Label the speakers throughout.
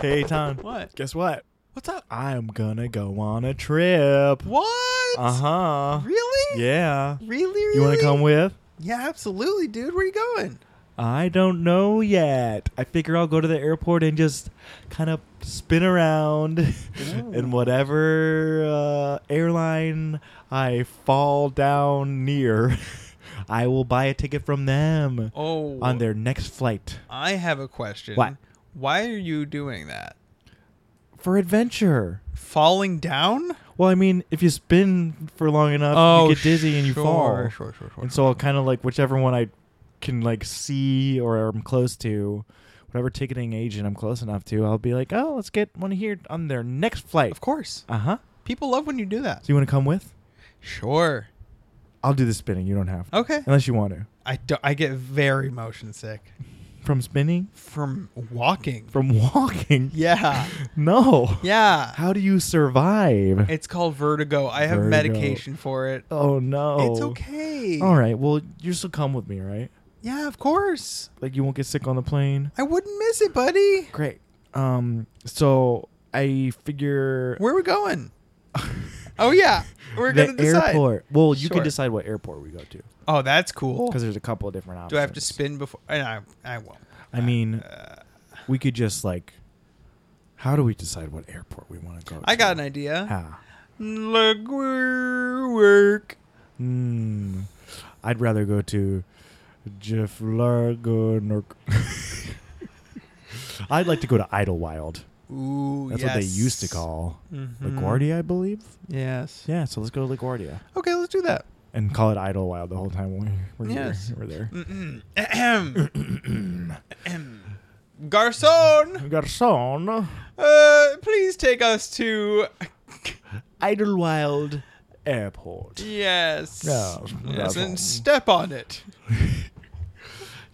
Speaker 1: Hey, Tom.
Speaker 2: What?
Speaker 1: Guess what?
Speaker 2: What's up?
Speaker 1: I'm gonna go on a trip.
Speaker 2: What?
Speaker 1: Uh huh.
Speaker 2: Really?
Speaker 1: Yeah.
Speaker 2: Really? Really?
Speaker 1: You want to come with?
Speaker 2: Yeah, absolutely, dude. Where you going?
Speaker 1: I don't know yet. I figure I'll go to the airport and just kind of spin around
Speaker 2: Oh.
Speaker 1: and whatever uh, airline I fall down near, I will buy a ticket from them
Speaker 2: Oh,
Speaker 1: on their next flight
Speaker 2: I have a question.
Speaker 1: What?
Speaker 2: Why are you doing that?
Speaker 1: for adventure.
Speaker 2: Falling down?
Speaker 1: Well, I mean, if you spin for long enough, you get dizzy and you
Speaker 2: Oh, sure,
Speaker 1: fall.
Speaker 2: Sure, sure, sure.
Speaker 1: And so I'll kind of like whichever one I can like see or I'm close to, whatever ticketing agent I'm close enough to, I'll be like, oh, let's get one here on their next flight.
Speaker 2: of course,
Speaker 1: Uh huh.
Speaker 2: people love when you do that.
Speaker 1: So you want to come with?
Speaker 2: Sure.
Speaker 1: I'll do the spinning. You don't have to.
Speaker 2: Okay.
Speaker 1: Unless you want to.
Speaker 2: I do, I get very motion sick
Speaker 1: From spinning?
Speaker 2: from walking.
Speaker 1: From walking?
Speaker 2: Yeah.
Speaker 1: No.
Speaker 2: Yeah.
Speaker 1: How do you survive?
Speaker 2: It's called vertigo. I have
Speaker 1: Vertigo.
Speaker 2: medication for it.
Speaker 1: oh, no.
Speaker 2: It's okay.
Speaker 1: All right. Well, you still come with me, right?
Speaker 2: Yeah, of course.
Speaker 1: Like you won't get sick on the plane.
Speaker 2: I wouldn't miss it, buddy.
Speaker 1: Great. Um. So I figure
Speaker 2: Where are we going? oh yeah, we're
Speaker 1: the
Speaker 2: gonna decide.
Speaker 1: airport. Well, you
Speaker 2: Sure.
Speaker 1: can decide what airport we go to
Speaker 2: Oh, that's cool.
Speaker 1: because there's a couple of different options.
Speaker 2: Do I have to spin before? And I, I won't.
Speaker 1: I mean,
Speaker 2: Uh,
Speaker 1: we could just like. How do we decide what airport we want to go?
Speaker 2: I
Speaker 1: to?
Speaker 2: got an idea.
Speaker 1: Ah.
Speaker 2: Legwork.
Speaker 1: Hmm. I'd rather go to Jeff Largo. I'd like to go to Idlewild.
Speaker 2: Ooh,
Speaker 1: That's what they
Speaker 2: yes.
Speaker 1: used to call
Speaker 2: Mhm.
Speaker 1: LaGuardia, I believe.
Speaker 2: Yes.
Speaker 1: Yeah, so let's go to LaGuardia
Speaker 2: Okay, let's do that.
Speaker 1: and call it Idlewild the whole time we- we're, here-
Speaker 2: Yes.
Speaker 1: we're there.
Speaker 2: Mm-mm. Ahem. Ahem. Garcon,
Speaker 1: Garcon.
Speaker 2: uh, please take us to.
Speaker 1: Idlewild Airport.
Speaker 2: Yes.
Speaker 1: Yeah,
Speaker 2: yes,
Speaker 1: Garcon.
Speaker 2: and step on it.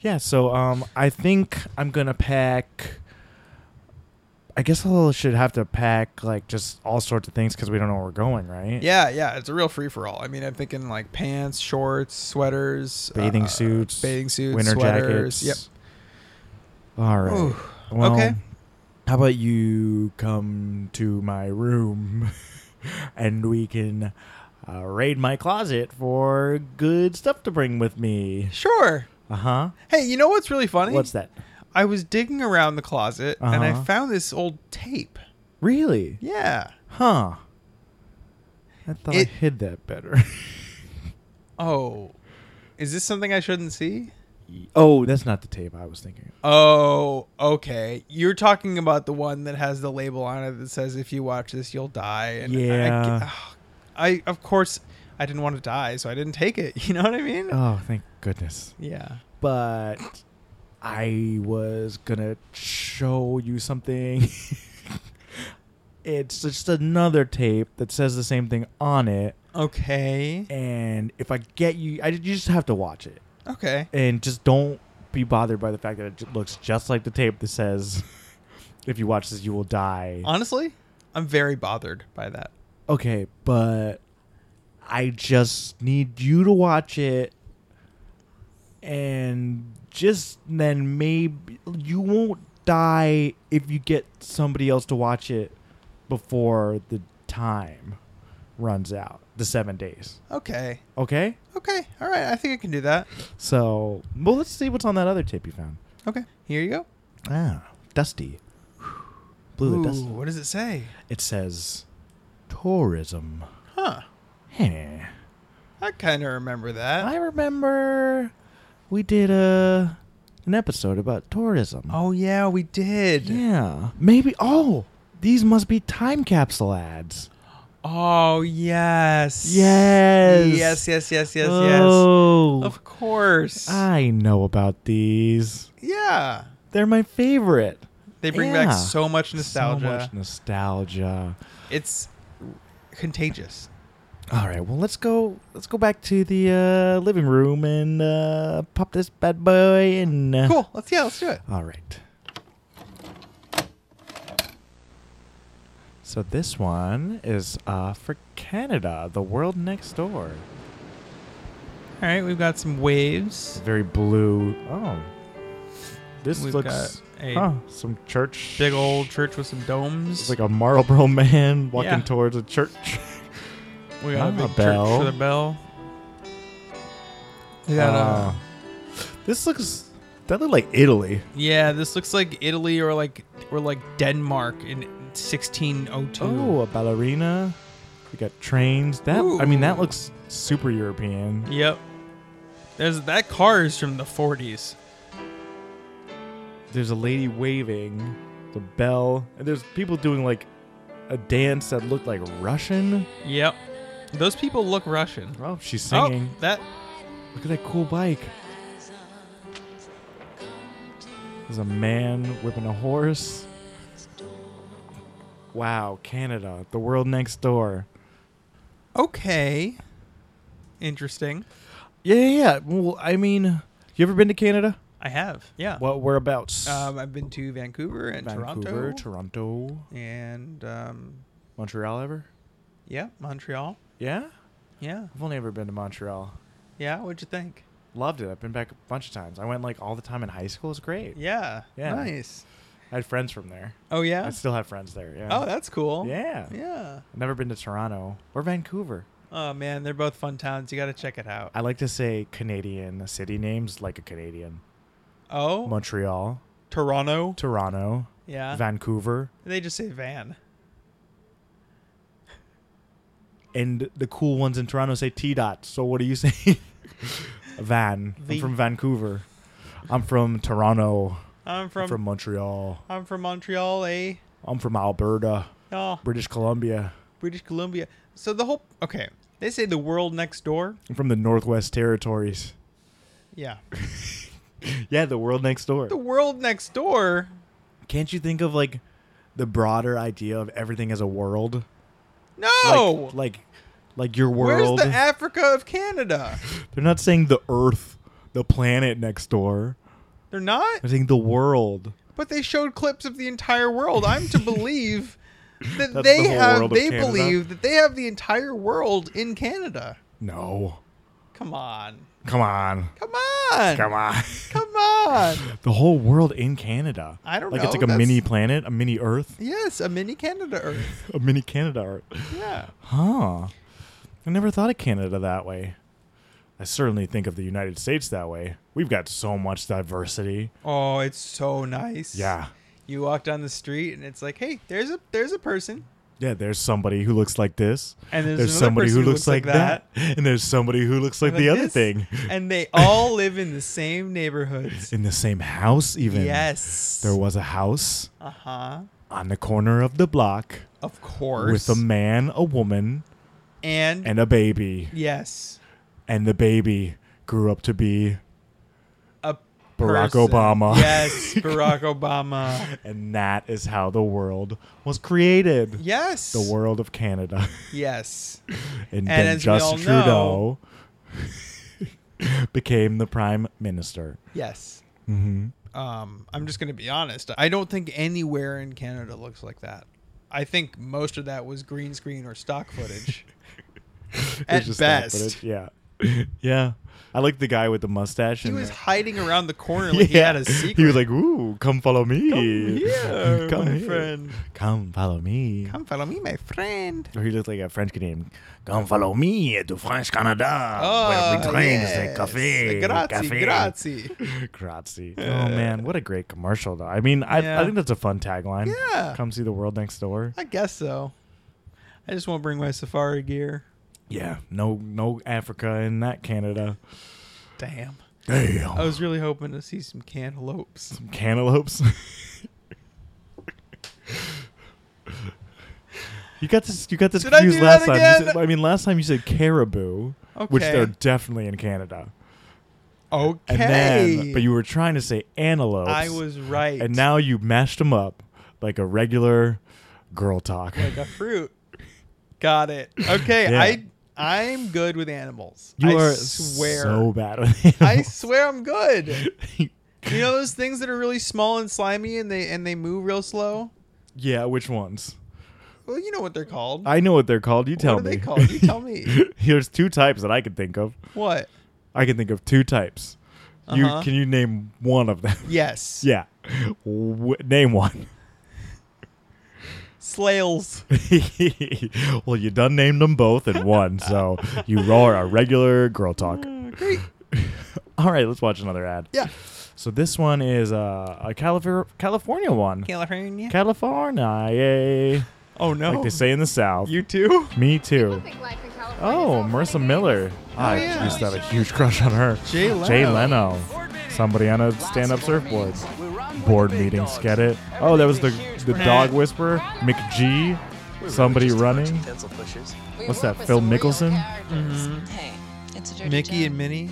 Speaker 1: Yeah, so um, I think I'm gonna pack. I guess I should have to pack like just all sorts of things because we don't know where we're going, right?
Speaker 2: Yeah, yeah, it's a real free for all. I mean, I'm thinking like pants, shorts, sweaters,
Speaker 1: Bathing
Speaker 2: uh,
Speaker 1: suits,
Speaker 2: bathing suits,
Speaker 1: winter
Speaker 2: sweaters.
Speaker 1: jackets. Yep. All
Speaker 2: Yep.
Speaker 1: right.
Speaker 2: Ooh,
Speaker 1: Well,
Speaker 2: okay.
Speaker 1: How about you come to my room, and we can uh, raid my closet for good stuff to bring with me.
Speaker 2: Sure.
Speaker 1: Uh huh.
Speaker 2: Hey, you know what's really funny?
Speaker 1: What's that?
Speaker 2: I was digging around the closet and I
Speaker 1: Uh-huh.
Speaker 2: found this old tape.
Speaker 1: Really?
Speaker 2: Yeah.
Speaker 1: Huh. I thought I
Speaker 2: It-
Speaker 1: hid that better.
Speaker 2: Oh, is this something I shouldn't see?
Speaker 1: oh, that's not the tape I was thinking. of.
Speaker 2: Oh, okay. You're talking about the one that has the label on it that says "If you watch this, you'll die." And I-
Speaker 1: Yeah.
Speaker 2: I, I of course I didn't want to die, so I didn't take it. You know what I mean?
Speaker 1: Oh, thank goodness.
Speaker 2: yeah.
Speaker 1: But I was gonna show you something. it's just another tape that says the same thing on it,
Speaker 2: Okay.
Speaker 1: and if I get you, I you just have to watch it
Speaker 2: Okay.
Speaker 1: and just don't be bothered by the fact that it j- looks just like the tape that says, "If you watch this, you will die."
Speaker 2: Honestly, I'm very bothered by that.
Speaker 1: Okay, but I just need you to watch it and just then maybe you won't die if you get somebody else to watch it before the time runs out, the 7 days.
Speaker 2: Okay.
Speaker 1: Okay?
Speaker 2: Okay. All right. I think I can do that.
Speaker 1: So, well let's see what's on that other tape you found.
Speaker 2: Okay. Here you go.
Speaker 1: Ah, dusty. Blue
Speaker 2: Ooh,
Speaker 1: dusty.
Speaker 2: what does it say?
Speaker 1: It says tourism.
Speaker 2: Huh.
Speaker 1: Heh.
Speaker 2: I kind of remember that.
Speaker 1: I remember we did a an episode about tourism.
Speaker 2: oh yeah, we did.
Speaker 1: yeah. Maybe oh, these must be time capsule ads.
Speaker 2: Oh yes.
Speaker 1: Yes.
Speaker 2: Yes. Yes. Yes. Yes.
Speaker 1: oh, Ah.
Speaker 2: Yes. Of course.
Speaker 1: I know about these.
Speaker 2: yeah.
Speaker 1: They're my favorite.
Speaker 2: They bring
Speaker 1: Yeah.
Speaker 2: back so much nostalgia.
Speaker 1: So much nostalgia.
Speaker 2: It's contagious.
Speaker 1: All right, well let's go let's go back to the uh, living room and uh, pop this bad boy in.
Speaker 2: Cool. Let's yeah. Let's do it.
Speaker 1: All right. So this one is uh, for Canada, the world next door.
Speaker 2: All right. We've got some waves.
Speaker 1: It's very blue. Oh, this
Speaker 2: We've
Speaker 1: looks
Speaker 2: a
Speaker 1: Huh. Some church.
Speaker 2: big old church with some domes.
Speaker 1: It's like a Marlboro man walking
Speaker 2: Yeah.
Speaker 1: towards a church.
Speaker 2: we got a
Speaker 1: not
Speaker 2: big
Speaker 1: a
Speaker 2: church
Speaker 1: bell.
Speaker 2: for the bell. They got
Speaker 1: Uh,
Speaker 2: a,
Speaker 1: this looks. That looked like Italy.
Speaker 2: yeah, this looks like Italy or like or like Denmark in 1602.
Speaker 1: Oh, a ballerina. We got trains. That I mean, that looks super European.
Speaker 2: Yep. There's that car is from the 40s.
Speaker 1: There's a lady waving, the bell, and there's people doing like a dance that looked like Russian.
Speaker 2: Yep. Those people look Russian.
Speaker 1: Oh, she's singing.
Speaker 2: Oh, that
Speaker 1: Look at that cool bike. There's a man whipping a horse. Wow, Canada, the world next door.
Speaker 2: okay. Interesting.
Speaker 1: Yeah, yeah, yeah. Well, I mean, you ever been to Canada?
Speaker 2: I have. Yeah.
Speaker 1: What whereabouts?
Speaker 2: Um, I've been to Vancouver and
Speaker 1: Vancouver,
Speaker 2: Toronto
Speaker 1: Toronto,
Speaker 2: and um,
Speaker 1: Montreal ever?
Speaker 2: yeah, Montreal.
Speaker 1: Yeah,
Speaker 2: Yeah.
Speaker 1: I've only ever been to Montreal.
Speaker 2: Yeah, what'd you think?
Speaker 1: Loved it. I've been back a bunch of times. I went like all the time in high school. It's great.
Speaker 2: Yeah.
Speaker 1: Yeah.
Speaker 2: Nice.
Speaker 1: I had friends from there.
Speaker 2: Oh yeah.
Speaker 1: I still have friends there. Yeah.
Speaker 2: Oh, that's cool.
Speaker 1: yeah.
Speaker 2: Yeah.
Speaker 1: I've never been to Toronto or Vancouver.
Speaker 2: Oh man, they're both fun towns. You got to check it out.
Speaker 1: I like to say Canadian city names like a Canadian.
Speaker 2: Oh,
Speaker 1: Montreal,
Speaker 2: Toronto.
Speaker 1: Toronto,
Speaker 2: Yeah.
Speaker 1: Vancouver,
Speaker 2: They just say van.
Speaker 1: and the cool ones in Toronto say T dot. So what do you say? Van.
Speaker 2: The-
Speaker 1: I'm from Vancouver. I'm from Toronto.
Speaker 2: I'm
Speaker 1: I'm
Speaker 2: from,
Speaker 1: from Montreal.
Speaker 2: I'm from Montreal, eh?
Speaker 1: I'm from Alberta,
Speaker 2: Oh,
Speaker 1: British Columbia.
Speaker 2: British Columbia. So the whole okay, they say the world next door.
Speaker 1: I'm from the Northwest Territories.
Speaker 2: Yeah.
Speaker 1: Yeah, the world next door.
Speaker 2: The world next door.
Speaker 1: Can't you think of like the broader idea of everything as a world?
Speaker 2: No.
Speaker 1: Like like, like your
Speaker 2: Where's
Speaker 1: world.
Speaker 2: the Africa of Canada?
Speaker 1: They're not saying the earth, the planet next door.
Speaker 2: They're not.
Speaker 1: They're saying the world.
Speaker 2: But they showed clips of the entire world. I'm to believe that
Speaker 1: That's
Speaker 2: they
Speaker 1: the whole
Speaker 2: have
Speaker 1: world of
Speaker 2: they
Speaker 1: Canada?
Speaker 2: believe that they have the entire world in Canada.
Speaker 1: No.
Speaker 2: Come on.
Speaker 1: Come on.
Speaker 2: Come on.
Speaker 1: Come on.
Speaker 2: Come on.
Speaker 1: the whole world in Canada.
Speaker 2: I don't
Speaker 1: like
Speaker 2: know,
Speaker 1: it's like a
Speaker 2: that's-
Speaker 1: mini planet, a mini earth,
Speaker 2: Yes, a mini Canada Earth.
Speaker 1: a mini Canada earth.
Speaker 2: Yeah.
Speaker 1: Huh. I never thought of Canada that way. I certainly think of the United States that way. We've got so much diversity.
Speaker 2: Oh, it's so nice.
Speaker 1: Yeah.
Speaker 2: You walk down the street and it's like, hey, there's a there's a person.
Speaker 1: Yeah, there's somebody who looks like this.
Speaker 2: And there's another
Speaker 1: somebody
Speaker 2: person
Speaker 1: who looks, like, that. And there's somebody who looks like,
Speaker 2: Like
Speaker 1: the other
Speaker 2: this.
Speaker 1: thing.
Speaker 2: And they all live in the same neighborhoods.
Speaker 1: In the same house, even.
Speaker 2: Yes.
Speaker 1: There was a house
Speaker 2: Uh huh.
Speaker 1: on the corner of the block
Speaker 2: Of course.
Speaker 1: with a man, a woman,
Speaker 2: and,
Speaker 1: and a baby.
Speaker 2: yes.
Speaker 1: And the baby grew up to be,
Speaker 2: A
Speaker 1: Barack
Speaker 2: person.
Speaker 1: Obama.
Speaker 2: Yes, Barack Obama.
Speaker 1: and that is how the world was created.
Speaker 2: Yes.
Speaker 1: The world of Canada.
Speaker 2: Yes.
Speaker 1: and
Speaker 2: And
Speaker 1: then
Speaker 2: as we all
Speaker 1: Justin
Speaker 2: know-
Speaker 1: Trudeau became the prime minister.
Speaker 2: Yes. Mm-hmm. Um, I'm just going to be honest. I don't think anywhere in Canada looks like that. I think most of that was green screen or stock footage. At
Speaker 1: It's just that
Speaker 2: best,
Speaker 1: footage. Yeah. yeah. I like the guy with the mustache.
Speaker 2: he
Speaker 1: and
Speaker 2: was
Speaker 1: the-
Speaker 2: hiding around the corner like he had a secret.
Speaker 1: He was like, "Ooh, come follow me.
Speaker 2: "Yeah,
Speaker 1: Come
Speaker 2: my
Speaker 1: here.
Speaker 2: friend.
Speaker 1: Come follow me."
Speaker 2: Come follow me, my friend.
Speaker 1: Or he looked like a French Canadian. Come follow me to French Canada. where we drink
Speaker 2: Ah, yes.
Speaker 1: the café.
Speaker 2: Grazie,
Speaker 1: café.
Speaker 2: grazie.
Speaker 1: Grazie. Oh man, what a great commercial though. I mean, I,
Speaker 2: Yeah.
Speaker 1: I think that's a fun tagline.
Speaker 2: Yeah.
Speaker 1: Come see the world next door.
Speaker 2: I guess so. I just won't bring my safari gear.
Speaker 1: Yeah. No no Africa in that Canada.
Speaker 2: Damn.
Speaker 1: Damn.
Speaker 2: I was really hoping to see some cantaloupes.
Speaker 1: Cantaloupes. You got this. You got this
Speaker 2: Did I do
Speaker 1: confused
Speaker 2: that
Speaker 1: last time. You
Speaker 2: again?
Speaker 1: said- I mean, last time you said caribou, which
Speaker 2: Okay.
Speaker 1: they're definitely in Canada.
Speaker 2: Okay.
Speaker 1: And then, but you were trying to say antelopes.
Speaker 2: I was right.
Speaker 1: and now you mashed them up like a regular girl talk.
Speaker 2: like a fruit. Got it. Okay,
Speaker 1: Yeah.
Speaker 2: I I'm good with animals.
Speaker 1: you
Speaker 2: I
Speaker 1: are
Speaker 2: swear.
Speaker 1: so bad with
Speaker 2: I
Speaker 1: animals.
Speaker 2: swear I'm good. You know those things that are really small and slimy and they and they move real slow?
Speaker 1: yeah, which ones?
Speaker 2: Well, you know what they're called.
Speaker 1: I know what they're called. You tell
Speaker 2: what
Speaker 1: me.
Speaker 2: are they called? You tell me.
Speaker 1: There's two types that I can think of.
Speaker 2: what?
Speaker 1: I can think of two types. You
Speaker 2: Uh-huh.
Speaker 1: can you name one of them?
Speaker 2: Yes.
Speaker 1: yeah. W- name one.
Speaker 2: Slails.
Speaker 1: well, you done named them both in one, so you are a regular girl talk.
Speaker 2: Oh, Great.
Speaker 1: All right, let's watch another ad.
Speaker 2: Mm. Yeah.
Speaker 1: So this one is uh, a Calif- California one.
Speaker 2: California.
Speaker 1: California, yay.
Speaker 2: oh no.
Speaker 1: Like they say in the South.
Speaker 2: You too?
Speaker 1: Me too.
Speaker 3: Perfect life in California.
Speaker 1: Oh, Marissa Miller. I
Speaker 2: Oh, yeah.
Speaker 1: used to have a huge crush on her.
Speaker 2: Jay Leno.
Speaker 1: Jay Leno. Somebody on a stand-up surfboard. Board meetings, get it? Oh, that was the the dog whisperer, McG. Somebody running. What's that, Phil Mickelson?
Speaker 4: Hey, it's a dirty
Speaker 2: Mickey
Speaker 4: job.
Speaker 2: and Minnie.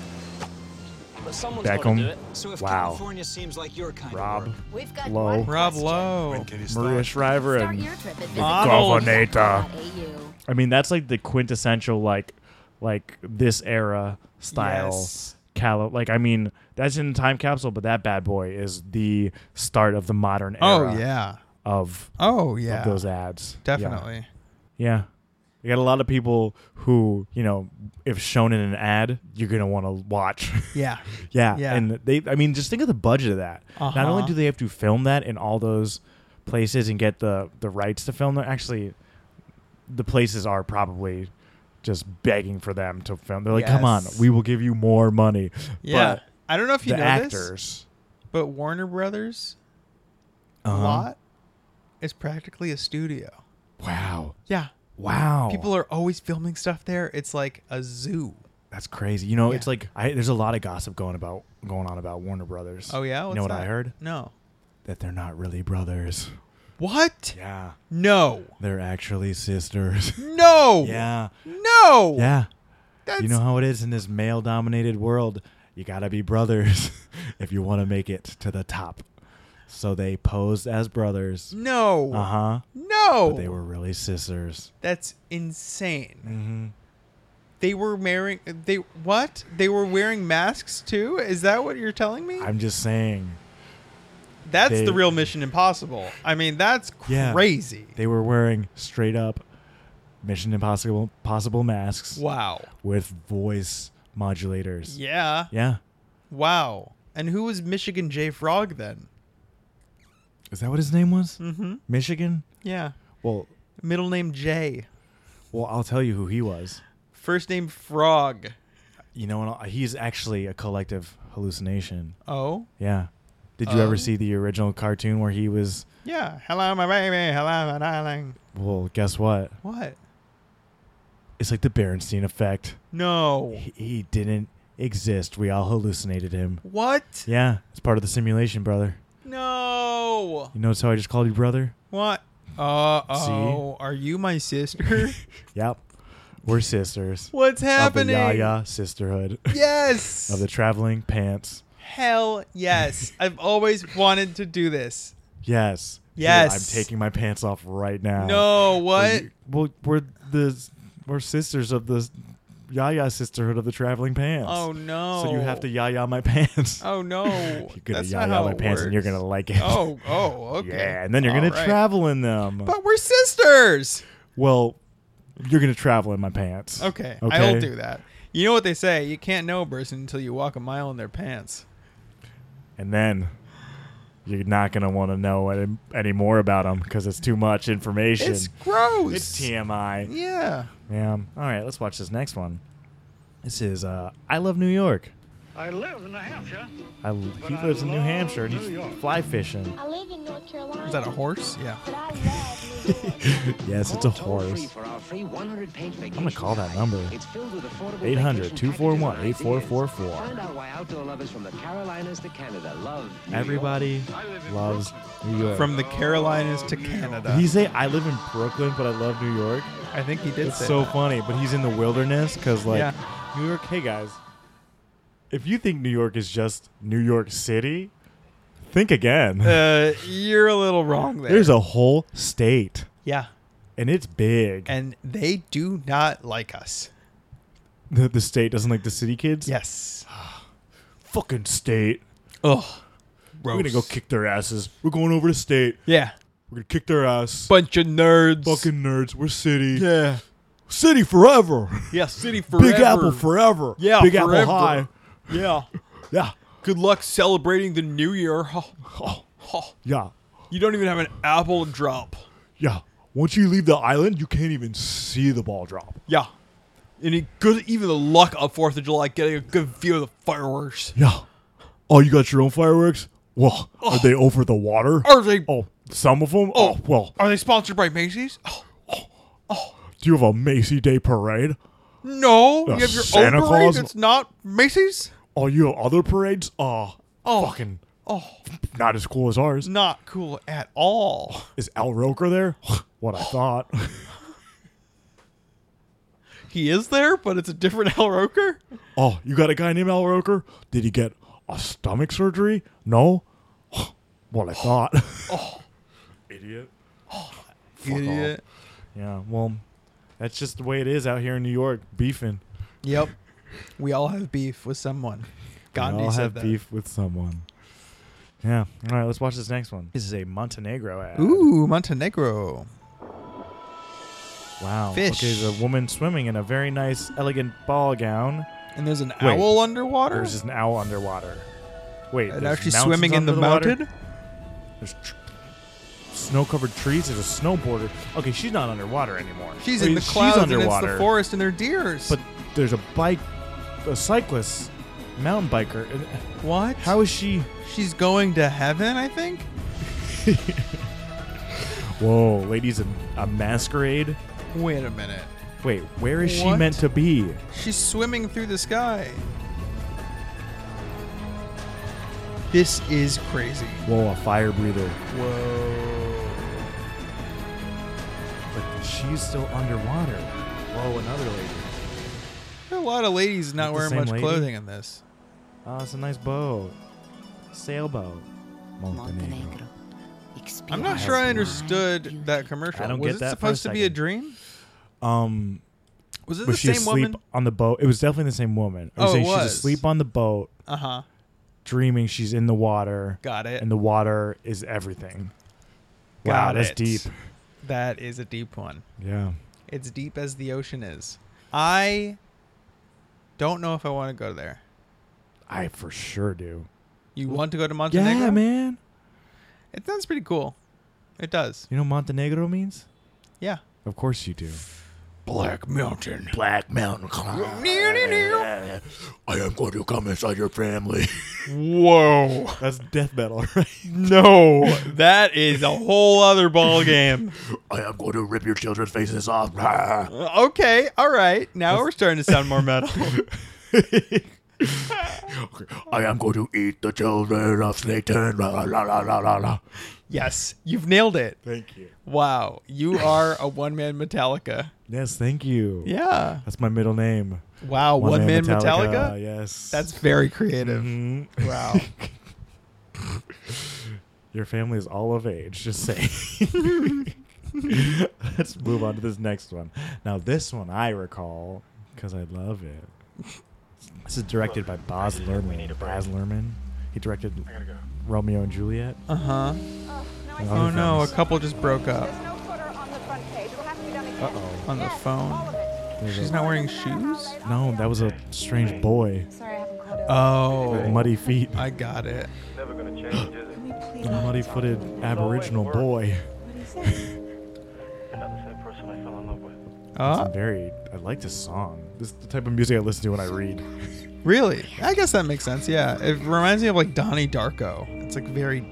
Speaker 1: Beckham.
Speaker 5: So if
Speaker 1: Wow.
Speaker 5: California seems like your kind of
Speaker 1: Rob,
Speaker 5: work,
Speaker 3: We've got
Speaker 1: Low.
Speaker 3: one
Speaker 2: Rob
Speaker 3: question.
Speaker 2: Lowe.
Speaker 1: Maria Shriver,
Speaker 3: Start
Speaker 1: and
Speaker 3: your trip at
Speaker 2: Models.
Speaker 3: visitcalifornia.au.
Speaker 1: I mean that's like the quintessential like like this era style.
Speaker 2: Yes.
Speaker 1: Cali- like I mean that's in time capsule, but that bad boy is the start of the modern era.
Speaker 2: Oh yeah.
Speaker 1: Of
Speaker 2: Oh
Speaker 1: of
Speaker 2: yeah.
Speaker 1: those ads. Yeah.
Speaker 2: Definitely.
Speaker 1: Yeah. You got a lot of people who, you know, if shown in an ad, you're going to want to watch.
Speaker 2: Yeah.
Speaker 1: yeah.
Speaker 2: Yeah.
Speaker 1: And they, I mean, just think of the budget of that. Not only
Speaker 2: Uh-huh.
Speaker 1: do they have to film that in all those places and get the, the rights to film that, actually, the places are probably just begging for them to film. They're like, come on,
Speaker 2: Yes.
Speaker 1: we will give you more money.
Speaker 2: Yeah.
Speaker 1: But
Speaker 2: I don't know if you
Speaker 1: the
Speaker 2: know this,
Speaker 1: actors.
Speaker 2: but Warner Brothers
Speaker 1: Uh-huh.
Speaker 2: lot is practically a studio.
Speaker 1: Wow.
Speaker 2: Yeah.
Speaker 1: Wow.
Speaker 2: People are always filming stuff there. It's like a zoo.
Speaker 1: That's crazy. You know,
Speaker 2: Yeah.
Speaker 1: it's like I, there's a lot of gossip going about going on about Warner Brothers.
Speaker 2: Oh yeah.
Speaker 1: you
Speaker 2: What's
Speaker 1: know what
Speaker 2: that?
Speaker 1: I heard?
Speaker 2: No.
Speaker 1: That they're not really brothers.
Speaker 2: What?
Speaker 1: Yeah,
Speaker 2: No.
Speaker 1: they're actually sisters.
Speaker 2: No.
Speaker 1: yeah,
Speaker 2: No.
Speaker 1: yeah.
Speaker 2: That's
Speaker 1: you know how it is in this male-dominated world. You gotta be brothers if you want to make it to the top. So they posed as brothers.
Speaker 2: no.
Speaker 1: Uh huh.
Speaker 2: No.
Speaker 1: But they were really sisters.
Speaker 2: That's insane.
Speaker 1: Mm-hmm.
Speaker 2: They were wearing they what? They were wearing masks too? Is that what you're telling me?
Speaker 1: I'm just saying
Speaker 2: that's
Speaker 1: they-
Speaker 2: the real Mission Impossible. I mean, that's
Speaker 1: Yeah.
Speaker 2: crazy.
Speaker 1: they were wearing straight-up Mission Impossible possible masks.
Speaker 2: Wow.
Speaker 1: with voice modulators.
Speaker 2: Yeah.
Speaker 1: Yeah.
Speaker 2: Wow. And who was Michigan J Frog then?
Speaker 1: Is that what his name was?
Speaker 2: Mhm.
Speaker 1: Michigan?
Speaker 2: Yeah.
Speaker 1: Well,
Speaker 2: Middle name J.
Speaker 1: well, I'll tell you who he was.
Speaker 2: First name Frog.
Speaker 1: You know, and he's actually a collective hallucination.
Speaker 2: Oh.
Speaker 1: Yeah. Did you
Speaker 2: Oh.
Speaker 1: ever see the original cartoon where he was?
Speaker 2: Yeah. Hello my baby. Hello my darling.
Speaker 1: Well, guess what?
Speaker 2: What?
Speaker 1: It's like the Berenstein effect.
Speaker 2: No.
Speaker 1: He, he didn't exist. We all hallucinated him.
Speaker 2: What?
Speaker 1: Yeah, it's part of the simulation, brother.
Speaker 2: No.
Speaker 1: You notice how I just called you brother?
Speaker 2: What? Uh oh. Are you my sister?
Speaker 1: Yep. We're sisters.
Speaker 2: What's happening?
Speaker 1: Of the Yaya sisterhood.
Speaker 2: Yes.
Speaker 1: of the traveling pants.
Speaker 2: Hell yes. I've always wanted to do this.
Speaker 1: Yes. Dude,
Speaker 2: Yes.
Speaker 1: I'm taking my pants off right now.
Speaker 2: No, what?
Speaker 1: Well, we're the we're sisters of the Yaya sisterhood of the traveling pants.
Speaker 2: Oh no.
Speaker 1: So you have to Yaya my pants.
Speaker 2: Oh no.
Speaker 1: You're gonna
Speaker 2: That's not
Speaker 1: Yaya
Speaker 2: how
Speaker 1: my
Speaker 2: it
Speaker 1: pants and you're
Speaker 2: works.
Speaker 1: gonna like it.
Speaker 2: Oh, oh, okay.
Speaker 1: Yeah, and then you're gonna
Speaker 2: All right.
Speaker 1: travel in them.
Speaker 2: But we're sisters.
Speaker 1: well, you're gonna travel in my pants.
Speaker 2: Okay,
Speaker 1: Okay.
Speaker 2: I'll do that. You know what they say, you can't know a person until you walk a mile in their pants.
Speaker 1: And then you're not gonna want to know any, any more about them because it's too much information.
Speaker 2: It's gross.
Speaker 1: it's TMI.
Speaker 2: Yeah.
Speaker 1: Yeah. All right, let's watch this next one. This is uh, I Love New York.
Speaker 6: I live in New Hampshire.
Speaker 1: I, he lives in New Hampshire and he's
Speaker 6: New York.
Speaker 1: fly fishing.
Speaker 3: I live in North Carolina.
Speaker 2: Is that a horse? Yeah.
Speaker 3: But I love New York.
Speaker 1: Yes, it's a horse.
Speaker 7: I'm
Speaker 1: gonna call that number.
Speaker 7: It's filled with affordable
Speaker 1: 800
Speaker 7: vacation packages and ideas.
Speaker 1: 241-8444.
Speaker 7: Find out why outdoor lovers from the Carolinas to Canada love New York.
Speaker 1: Everybody loves New York.
Speaker 2: From the Carolinas to Canada.
Speaker 1: did he say I live in Brooklyn, but I love New York?
Speaker 2: I think he did
Speaker 1: It's
Speaker 2: say
Speaker 1: so
Speaker 2: that.
Speaker 1: funny, but he's in the wilderness because, like,
Speaker 2: Yeah.
Speaker 1: New York. Hey guys, if you think New York is just New York City, think again.
Speaker 2: Uh, you're a little wrong there.
Speaker 1: There's a whole state,
Speaker 2: yeah,
Speaker 1: and it's big.
Speaker 2: and they do not like us.
Speaker 1: the, the state doesn't like the city kids.
Speaker 2: Yes.
Speaker 1: fucking state.
Speaker 2: Ugh.
Speaker 1: We're gonna go kick their asses. We're going over to state.
Speaker 2: Yeah.
Speaker 1: We're gonna kick their ass.
Speaker 2: Bunch of nerds.
Speaker 1: Fucking nerds. We're city.
Speaker 2: yeah.
Speaker 1: City forever.
Speaker 2: Yeah. City forever.
Speaker 1: Big Apple forever.
Speaker 2: Yeah,
Speaker 1: Big
Speaker 2: forever.
Speaker 1: Apple high.
Speaker 2: Yeah.
Speaker 1: Yeah.
Speaker 2: Good luck celebrating the new year. Huh, huh, huh.
Speaker 1: Yeah.
Speaker 2: You don't even have an apple drop.
Speaker 1: Yeah. Once you leave the island, you can't even see the ball drop.
Speaker 2: Yeah. Any good, even the luck of Fourth of July, getting a good view of the fireworks.
Speaker 1: Yeah. Oh, you got your own fireworks? Well, are they
Speaker 2: Oh.
Speaker 1: over the water?
Speaker 2: Are they?
Speaker 1: Oh, some of them? Oh, well,
Speaker 2: Are they sponsored by Macy's? Oh,
Speaker 1: do you have a Macy Day parade?
Speaker 2: no,
Speaker 1: Uh,
Speaker 2: you have your
Speaker 1: Santa
Speaker 2: own parade.
Speaker 1: Claus?
Speaker 2: It's not Macy's.
Speaker 1: Oh, you have other parades? Oh,
Speaker 2: Oh,
Speaker 1: fucking
Speaker 2: oh,
Speaker 1: not as cool as ours.
Speaker 2: not cool at all.
Speaker 1: Is Al Roker there? what I thought.
Speaker 2: He is there, but it's a different Al Roker.
Speaker 1: oh, you got a guy named Al Roker? Did he get a stomach surgery? No? what I thought. Idiot. off.
Speaker 2: Idiot.
Speaker 1: Yeah, well, that's just the way it is out here in New York, beefing.
Speaker 2: Yep. We all have beef with someone. Gandhi
Speaker 1: we all
Speaker 2: said
Speaker 1: have
Speaker 2: that.
Speaker 1: beef with someone. Yeah. All right, let's watch this next one. This is a Montenegro ad.
Speaker 2: Ooh, Montenegro.
Speaker 1: Wow.
Speaker 2: fish.
Speaker 1: Okay, there's a woman swimming in a very nice, elegant ball gown.
Speaker 2: And there's an
Speaker 1: Wait.
Speaker 2: owl underwater.
Speaker 1: There's just an owl underwater. Wait,
Speaker 2: and
Speaker 1: there's
Speaker 2: actually
Speaker 1: mountains
Speaker 2: swimming in
Speaker 1: under
Speaker 2: the,
Speaker 1: water?
Speaker 2: mountain.
Speaker 1: There's tr- snow-covered trees. There's a snowboarder. Okay, she's not underwater anymore.
Speaker 2: She's
Speaker 1: Wait,
Speaker 2: in the clouds and
Speaker 1: underwater.
Speaker 2: it's the forest and they're deers.
Speaker 1: But there's a bike, a cyclist, mountain biker. and-
Speaker 2: what?
Speaker 1: How is she?
Speaker 2: She's going to heaven, I think.
Speaker 1: Whoa, ladies in a masquerade.
Speaker 2: Wait a minute.
Speaker 1: Wait, where is she
Speaker 2: What?
Speaker 1: meant to be?
Speaker 2: She's swimming through the sky. This is crazy.
Speaker 1: Whoa, a fire breather.
Speaker 2: Whoa.
Speaker 1: But she's still underwater. Whoa, another lady.
Speaker 2: There are a lot of ladies
Speaker 1: Is it
Speaker 2: not
Speaker 1: the
Speaker 2: wearing
Speaker 1: same
Speaker 2: much
Speaker 1: lady?
Speaker 2: clothing in this.
Speaker 1: Oh, it's a nice boat. Sailboat. Montenegro.
Speaker 2: I'm not sure I understood that commercial.
Speaker 1: I don't
Speaker 2: was
Speaker 1: get
Speaker 2: it
Speaker 1: that for a
Speaker 2: supposed to be a
Speaker 1: second.
Speaker 2: dream?
Speaker 1: Um,
Speaker 2: Was it
Speaker 1: was
Speaker 2: the
Speaker 1: she
Speaker 2: same
Speaker 1: asleep
Speaker 2: woman?
Speaker 1: on the boat? It was definitely the same woman. I was
Speaker 2: Oh, it
Speaker 1: saying she's
Speaker 2: was.
Speaker 1: asleep on the boat,
Speaker 2: Uh huh.
Speaker 1: dreaming she's in the water,
Speaker 2: Got it.
Speaker 1: and the water is everything. wow,
Speaker 2: Got
Speaker 1: that's
Speaker 2: it.
Speaker 1: deep.
Speaker 2: That is a deep one.
Speaker 1: Yeah.
Speaker 2: It's deep as the ocean is. I don't know if I want to go there.
Speaker 1: I for sure do.
Speaker 2: You want to go to Montenegro?
Speaker 1: Yeah, man.
Speaker 2: It sounds pretty cool. It does.
Speaker 1: You know what Montenegro means?
Speaker 2: Yeah.
Speaker 1: Of course you do.
Speaker 2: Black Mountain.
Speaker 1: Black Mountain I am going to come inside your family.
Speaker 2: Whoa.
Speaker 1: That's death metal, right?
Speaker 2: No, that is a whole other ball game.
Speaker 1: I am going to rip your children's faces off.
Speaker 2: okay, all right. Now we're starting to sound more metal.
Speaker 1: I am going to eat the children of Satan. La, la, la, la, la, la.
Speaker 2: yes, you've nailed it.
Speaker 1: Thank you.
Speaker 2: Wow, you are a one-man Metallica.
Speaker 1: Yes, thank you.
Speaker 2: Yeah.
Speaker 1: That's my middle name.
Speaker 2: Wow, one-man Metallica.
Speaker 1: Yes.
Speaker 2: That's very creative.
Speaker 1: Mhm.
Speaker 2: Wow.
Speaker 1: Your family is all of age, just saying. Let's move on to this next one. Now, this one I recall because I love it. This is directed by Boz Lerman. Boz Lerman. He directed Romeo and Juliet.
Speaker 2: Uh huh.
Speaker 1: and
Speaker 2: Oh
Speaker 1: other
Speaker 2: no, a
Speaker 1: things.
Speaker 2: couple just broke up
Speaker 8: There's no footer on the front page. It'll have to be done again.
Speaker 1: Uh-oh.
Speaker 2: on the
Speaker 8: All
Speaker 2: phone.
Speaker 8: of it.
Speaker 1: There's
Speaker 2: She's
Speaker 1: a-
Speaker 2: not wearing shoes.
Speaker 1: No, Uh, that was a strange boy
Speaker 8: Sorry, I haven't called it.
Speaker 1: with
Speaker 2: Oh,
Speaker 1: muddy feet.
Speaker 2: I got it.
Speaker 8: Can we please
Speaker 1: A muddy-footed Aboriginal boy.
Speaker 8: what he said?
Speaker 1: It's
Speaker 2: Uh,
Speaker 1: very. I like this song. This is the type of music I listen to when I read.
Speaker 2: really? I guess that makes sense. Yeah, it reminds me of like Donnie Darko. It's like very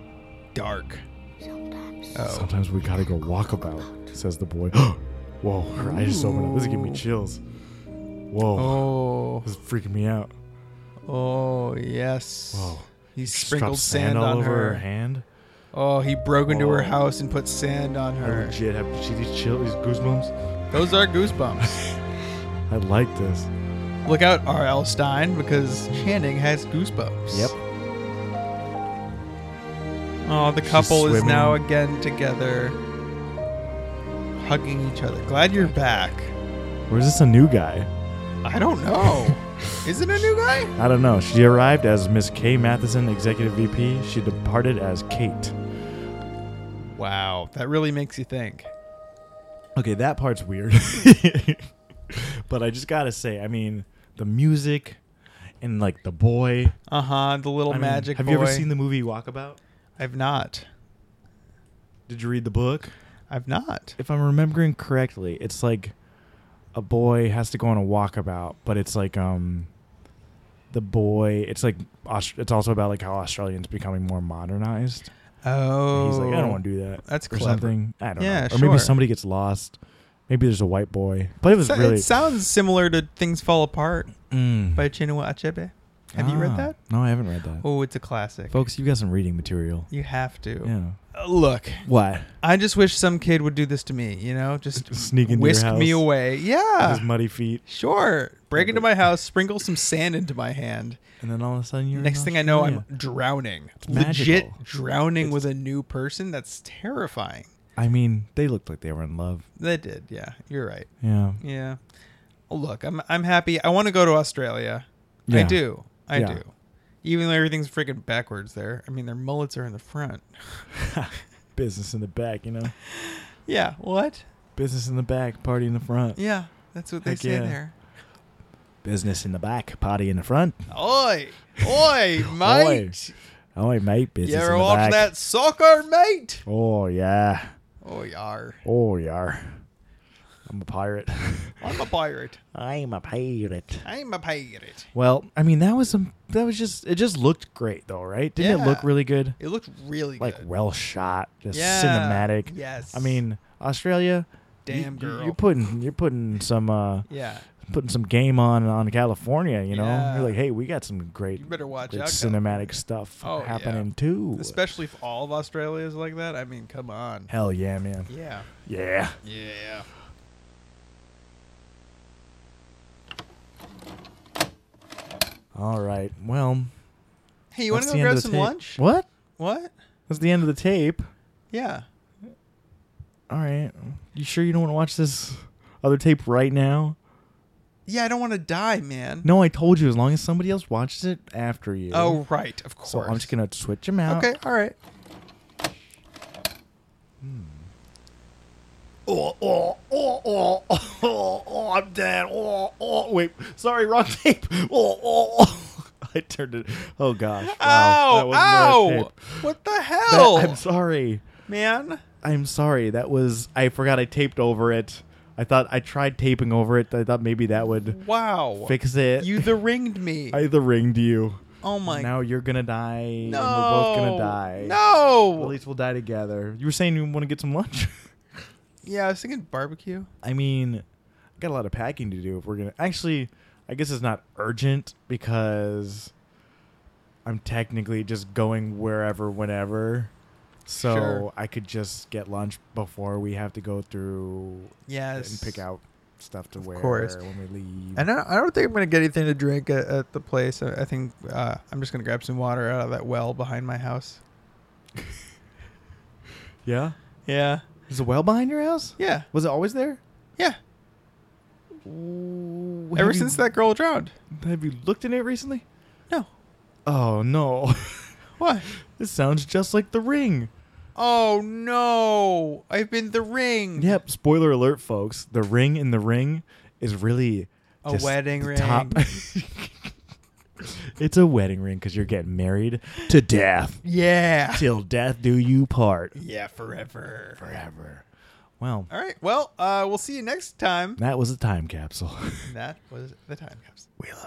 Speaker 2: dark. Oh,
Speaker 1: Sometimes we gotta go walkabout, says the boy. Whoa, her eyes just opened up. This is giving me
Speaker 2: Ooh.
Speaker 1: chills. Whoa,
Speaker 2: oh,
Speaker 1: this is freaking me out.
Speaker 2: oh, yes.
Speaker 1: Whoa.
Speaker 2: He
Speaker 1: She
Speaker 2: sprinkled
Speaker 1: dropped
Speaker 2: sand,
Speaker 1: all
Speaker 2: on
Speaker 1: over
Speaker 2: her.
Speaker 1: hand.
Speaker 2: Oh, he broke into her
Speaker 1: Whoa.
Speaker 2: house and put sand on
Speaker 1: I
Speaker 2: her.
Speaker 1: legit have see these chills, these goosebumps.
Speaker 2: Those are goosebumps.
Speaker 1: I like this.
Speaker 2: Look out, R.L. Stein, because Channing has goosebumps.
Speaker 1: Yep.
Speaker 2: Oh, the couple is
Speaker 1: swimming.
Speaker 2: now again together, hugging each other. Glad you're back.
Speaker 1: Or is this a new guy?
Speaker 2: I don't know. is it a new guy?
Speaker 1: I don't know. She arrived as Miss Kay Matheson, executive VP. She departed as Kate.
Speaker 2: Wow, that really makes you think.
Speaker 1: Okay, that part's weird. but I just gotta say, I mean, the music and like the boy.
Speaker 2: Uh huh. The little
Speaker 1: I mean,
Speaker 2: magic.
Speaker 1: Have you ever
Speaker 2: boy.
Speaker 1: seen the movie Walkabout?
Speaker 2: I've not.
Speaker 1: Did you read the book?
Speaker 2: I've not.
Speaker 1: If I'm remembering correctly, it's like a boy has to go on a walkabout, but it's like um the boy. It's like Aus- it's also about like how Australians becoming more modernized.
Speaker 2: Oh.
Speaker 1: He's like, I don't want to do that.
Speaker 2: That's
Speaker 1: or
Speaker 2: clever.
Speaker 1: something. I don't
Speaker 2: Yeah,
Speaker 1: know. Or maybe
Speaker 2: sure.
Speaker 1: somebody gets lost. Maybe there's a white boy. But it was really.
Speaker 2: It sounds similar to "Things Fall Apart"
Speaker 1: Mm.
Speaker 2: by Chinua Achebe. Have you
Speaker 1: Ah,
Speaker 2: read that?
Speaker 1: No, I haven't read that.
Speaker 2: Oh, it's a classic.
Speaker 1: Folks, you got some reading material.
Speaker 2: You have to.
Speaker 1: Yeah.
Speaker 2: Uh, Look,
Speaker 1: What?
Speaker 2: I just wish some kid would do this to me. You know, just
Speaker 1: Sneak into your
Speaker 2: whisk me
Speaker 1: house.
Speaker 2: away.
Speaker 1: With
Speaker 2: Yeah,
Speaker 1: his muddy feet,
Speaker 2: sure. Break into my house, sprinkle some sand into my hand.
Speaker 1: and then all of a sudden you're. in
Speaker 2: Next thing I know, I'm
Speaker 1: Australia.
Speaker 2: drowning.
Speaker 1: magical.
Speaker 2: Legit drowning
Speaker 1: It's-
Speaker 2: with a new person. That's terrifying.
Speaker 1: I mean, they looked like they were in love.
Speaker 2: That did. Yeah, you're right.
Speaker 1: Yeah.
Speaker 2: Yeah. Well, Look, I'm I'm happy. I want to go to Australia. I
Speaker 1: Yeah.
Speaker 2: do. I
Speaker 1: Yeah.
Speaker 2: do. Even though everything's freaking backwards there. I mean, their mullets are in the front.
Speaker 1: Business in the back, you know.
Speaker 2: Yeah. What?
Speaker 1: Business in the back, party in the front.
Speaker 2: Yeah. That's what they
Speaker 1: Heck
Speaker 2: say
Speaker 1: yeah.
Speaker 2: there.
Speaker 1: Business in the back, party in the front.
Speaker 2: Oi, oi, mate!
Speaker 1: Oh, mate,
Speaker 2: you
Speaker 1: business
Speaker 2: ever
Speaker 1: in the
Speaker 2: watch
Speaker 1: back.
Speaker 2: that soccer, mate?
Speaker 1: Oh yeah.
Speaker 2: Oh, yar.
Speaker 1: Oh yeah. I'm a pirate.
Speaker 2: I'm a pirate.
Speaker 1: I'm a pirate.
Speaker 2: I'm a pirate.
Speaker 1: Well, I mean, that was some. That was just. It just looked great, though, right? Didn't it
Speaker 2: Yeah.
Speaker 1: look really good?
Speaker 2: It looked really
Speaker 1: Like
Speaker 2: good.
Speaker 1: well shot, just
Speaker 2: Yeah.
Speaker 1: cinematic.
Speaker 2: Yes.
Speaker 1: I mean, Australia. you-
Speaker 2: Damn,
Speaker 1: you,
Speaker 2: girl.
Speaker 1: You're putting you're putting some uh
Speaker 2: yeah.
Speaker 1: putting some game on on California. You know,
Speaker 2: Yeah.
Speaker 1: you're like, hey, we got some great
Speaker 2: You better watch
Speaker 1: great
Speaker 2: out,
Speaker 1: cinematic stuff
Speaker 2: Oh, yeah.
Speaker 1: happening too.
Speaker 2: Especially if all of Australia is like that. I mean, come on.
Speaker 1: Hell yeah, man.
Speaker 2: Yeah.
Speaker 1: Yeah.
Speaker 2: Yeah.
Speaker 1: All right. Well,
Speaker 2: Hey, you want
Speaker 1: that's
Speaker 2: to
Speaker 1: the
Speaker 2: go
Speaker 1: end of the
Speaker 2: grab some
Speaker 1: tape.
Speaker 2: lunch?
Speaker 1: What?
Speaker 2: What?
Speaker 1: That's the end of the tape.
Speaker 2: Yeah.
Speaker 1: All right. You sure you don't want to watch this other tape right now?
Speaker 2: Yeah, I don't want to die, man.
Speaker 1: No, I told you. As long as somebody else watches it after you.
Speaker 2: Oh, right. Of course.
Speaker 1: So I'm just gonna switch them out.
Speaker 2: Okay. All right.
Speaker 1: Oh, oh, oh, oh, oh, oh, I'm dead. Oh, oh, wait. Sorry, wrong tape. Oh, oh, oh. I turned it. Oh gosh. Wow. that
Speaker 2: Ow!
Speaker 1: was another
Speaker 2: Ow!
Speaker 1: tape.
Speaker 2: What the
Speaker 1: That-
Speaker 2: hell,
Speaker 1: I'm sorry.
Speaker 2: man?
Speaker 1: I'm sorry. That was. I forgot I taped over it. I thought I tried taping over it. I thought maybe that would
Speaker 2: Wow.
Speaker 1: fix it.
Speaker 2: You the ringed me.
Speaker 1: I the ringed you.
Speaker 2: oh my.
Speaker 1: now you're gonna die.
Speaker 2: no.
Speaker 1: And we're both gonna die.
Speaker 2: No.
Speaker 1: At least we'll die together. You were saying you want to get some lunch.
Speaker 2: Yeah, I was thinking barbecue.
Speaker 1: I mean, I got a lot of packing to do if we're gonna actually I guess it's not urgent because I'm technically just going wherever whenever. So
Speaker 2: Sure.
Speaker 1: I could just get lunch before we have to go through
Speaker 2: Yes.
Speaker 1: and pick out stuff to wear
Speaker 2: course.
Speaker 1: when we leave.
Speaker 2: I don't. I don't think I'm gonna get anything to drink at, at the place. I, I think uh, I'm just gonna grab some water out of that well behind my house.
Speaker 1: yeah?
Speaker 2: Yeah.
Speaker 1: Is a well behind your house?
Speaker 2: Yeah.
Speaker 1: Was it always there?
Speaker 2: Yeah.
Speaker 1: Have you-
Speaker 2: Ever since that girl drowned.
Speaker 1: have you looked in it recently?
Speaker 2: No.
Speaker 1: Oh no.
Speaker 2: What?
Speaker 1: this sounds just like the ring.
Speaker 2: Oh no! I've been the ring.
Speaker 1: Yep. Spoiler alert, folks. The ring in the ring is really
Speaker 2: A
Speaker 1: just
Speaker 2: wedding
Speaker 1: the
Speaker 2: ring.
Speaker 1: it's a wedding ring because you're getting married to death.
Speaker 2: Yeah.
Speaker 1: Till death do you part.
Speaker 2: Yeah. Forever.
Speaker 1: Forever. Well,
Speaker 2: All right. Well, uh, we'll see you next time.
Speaker 1: that was a time capsule.
Speaker 2: That was the time capsule.
Speaker 1: we love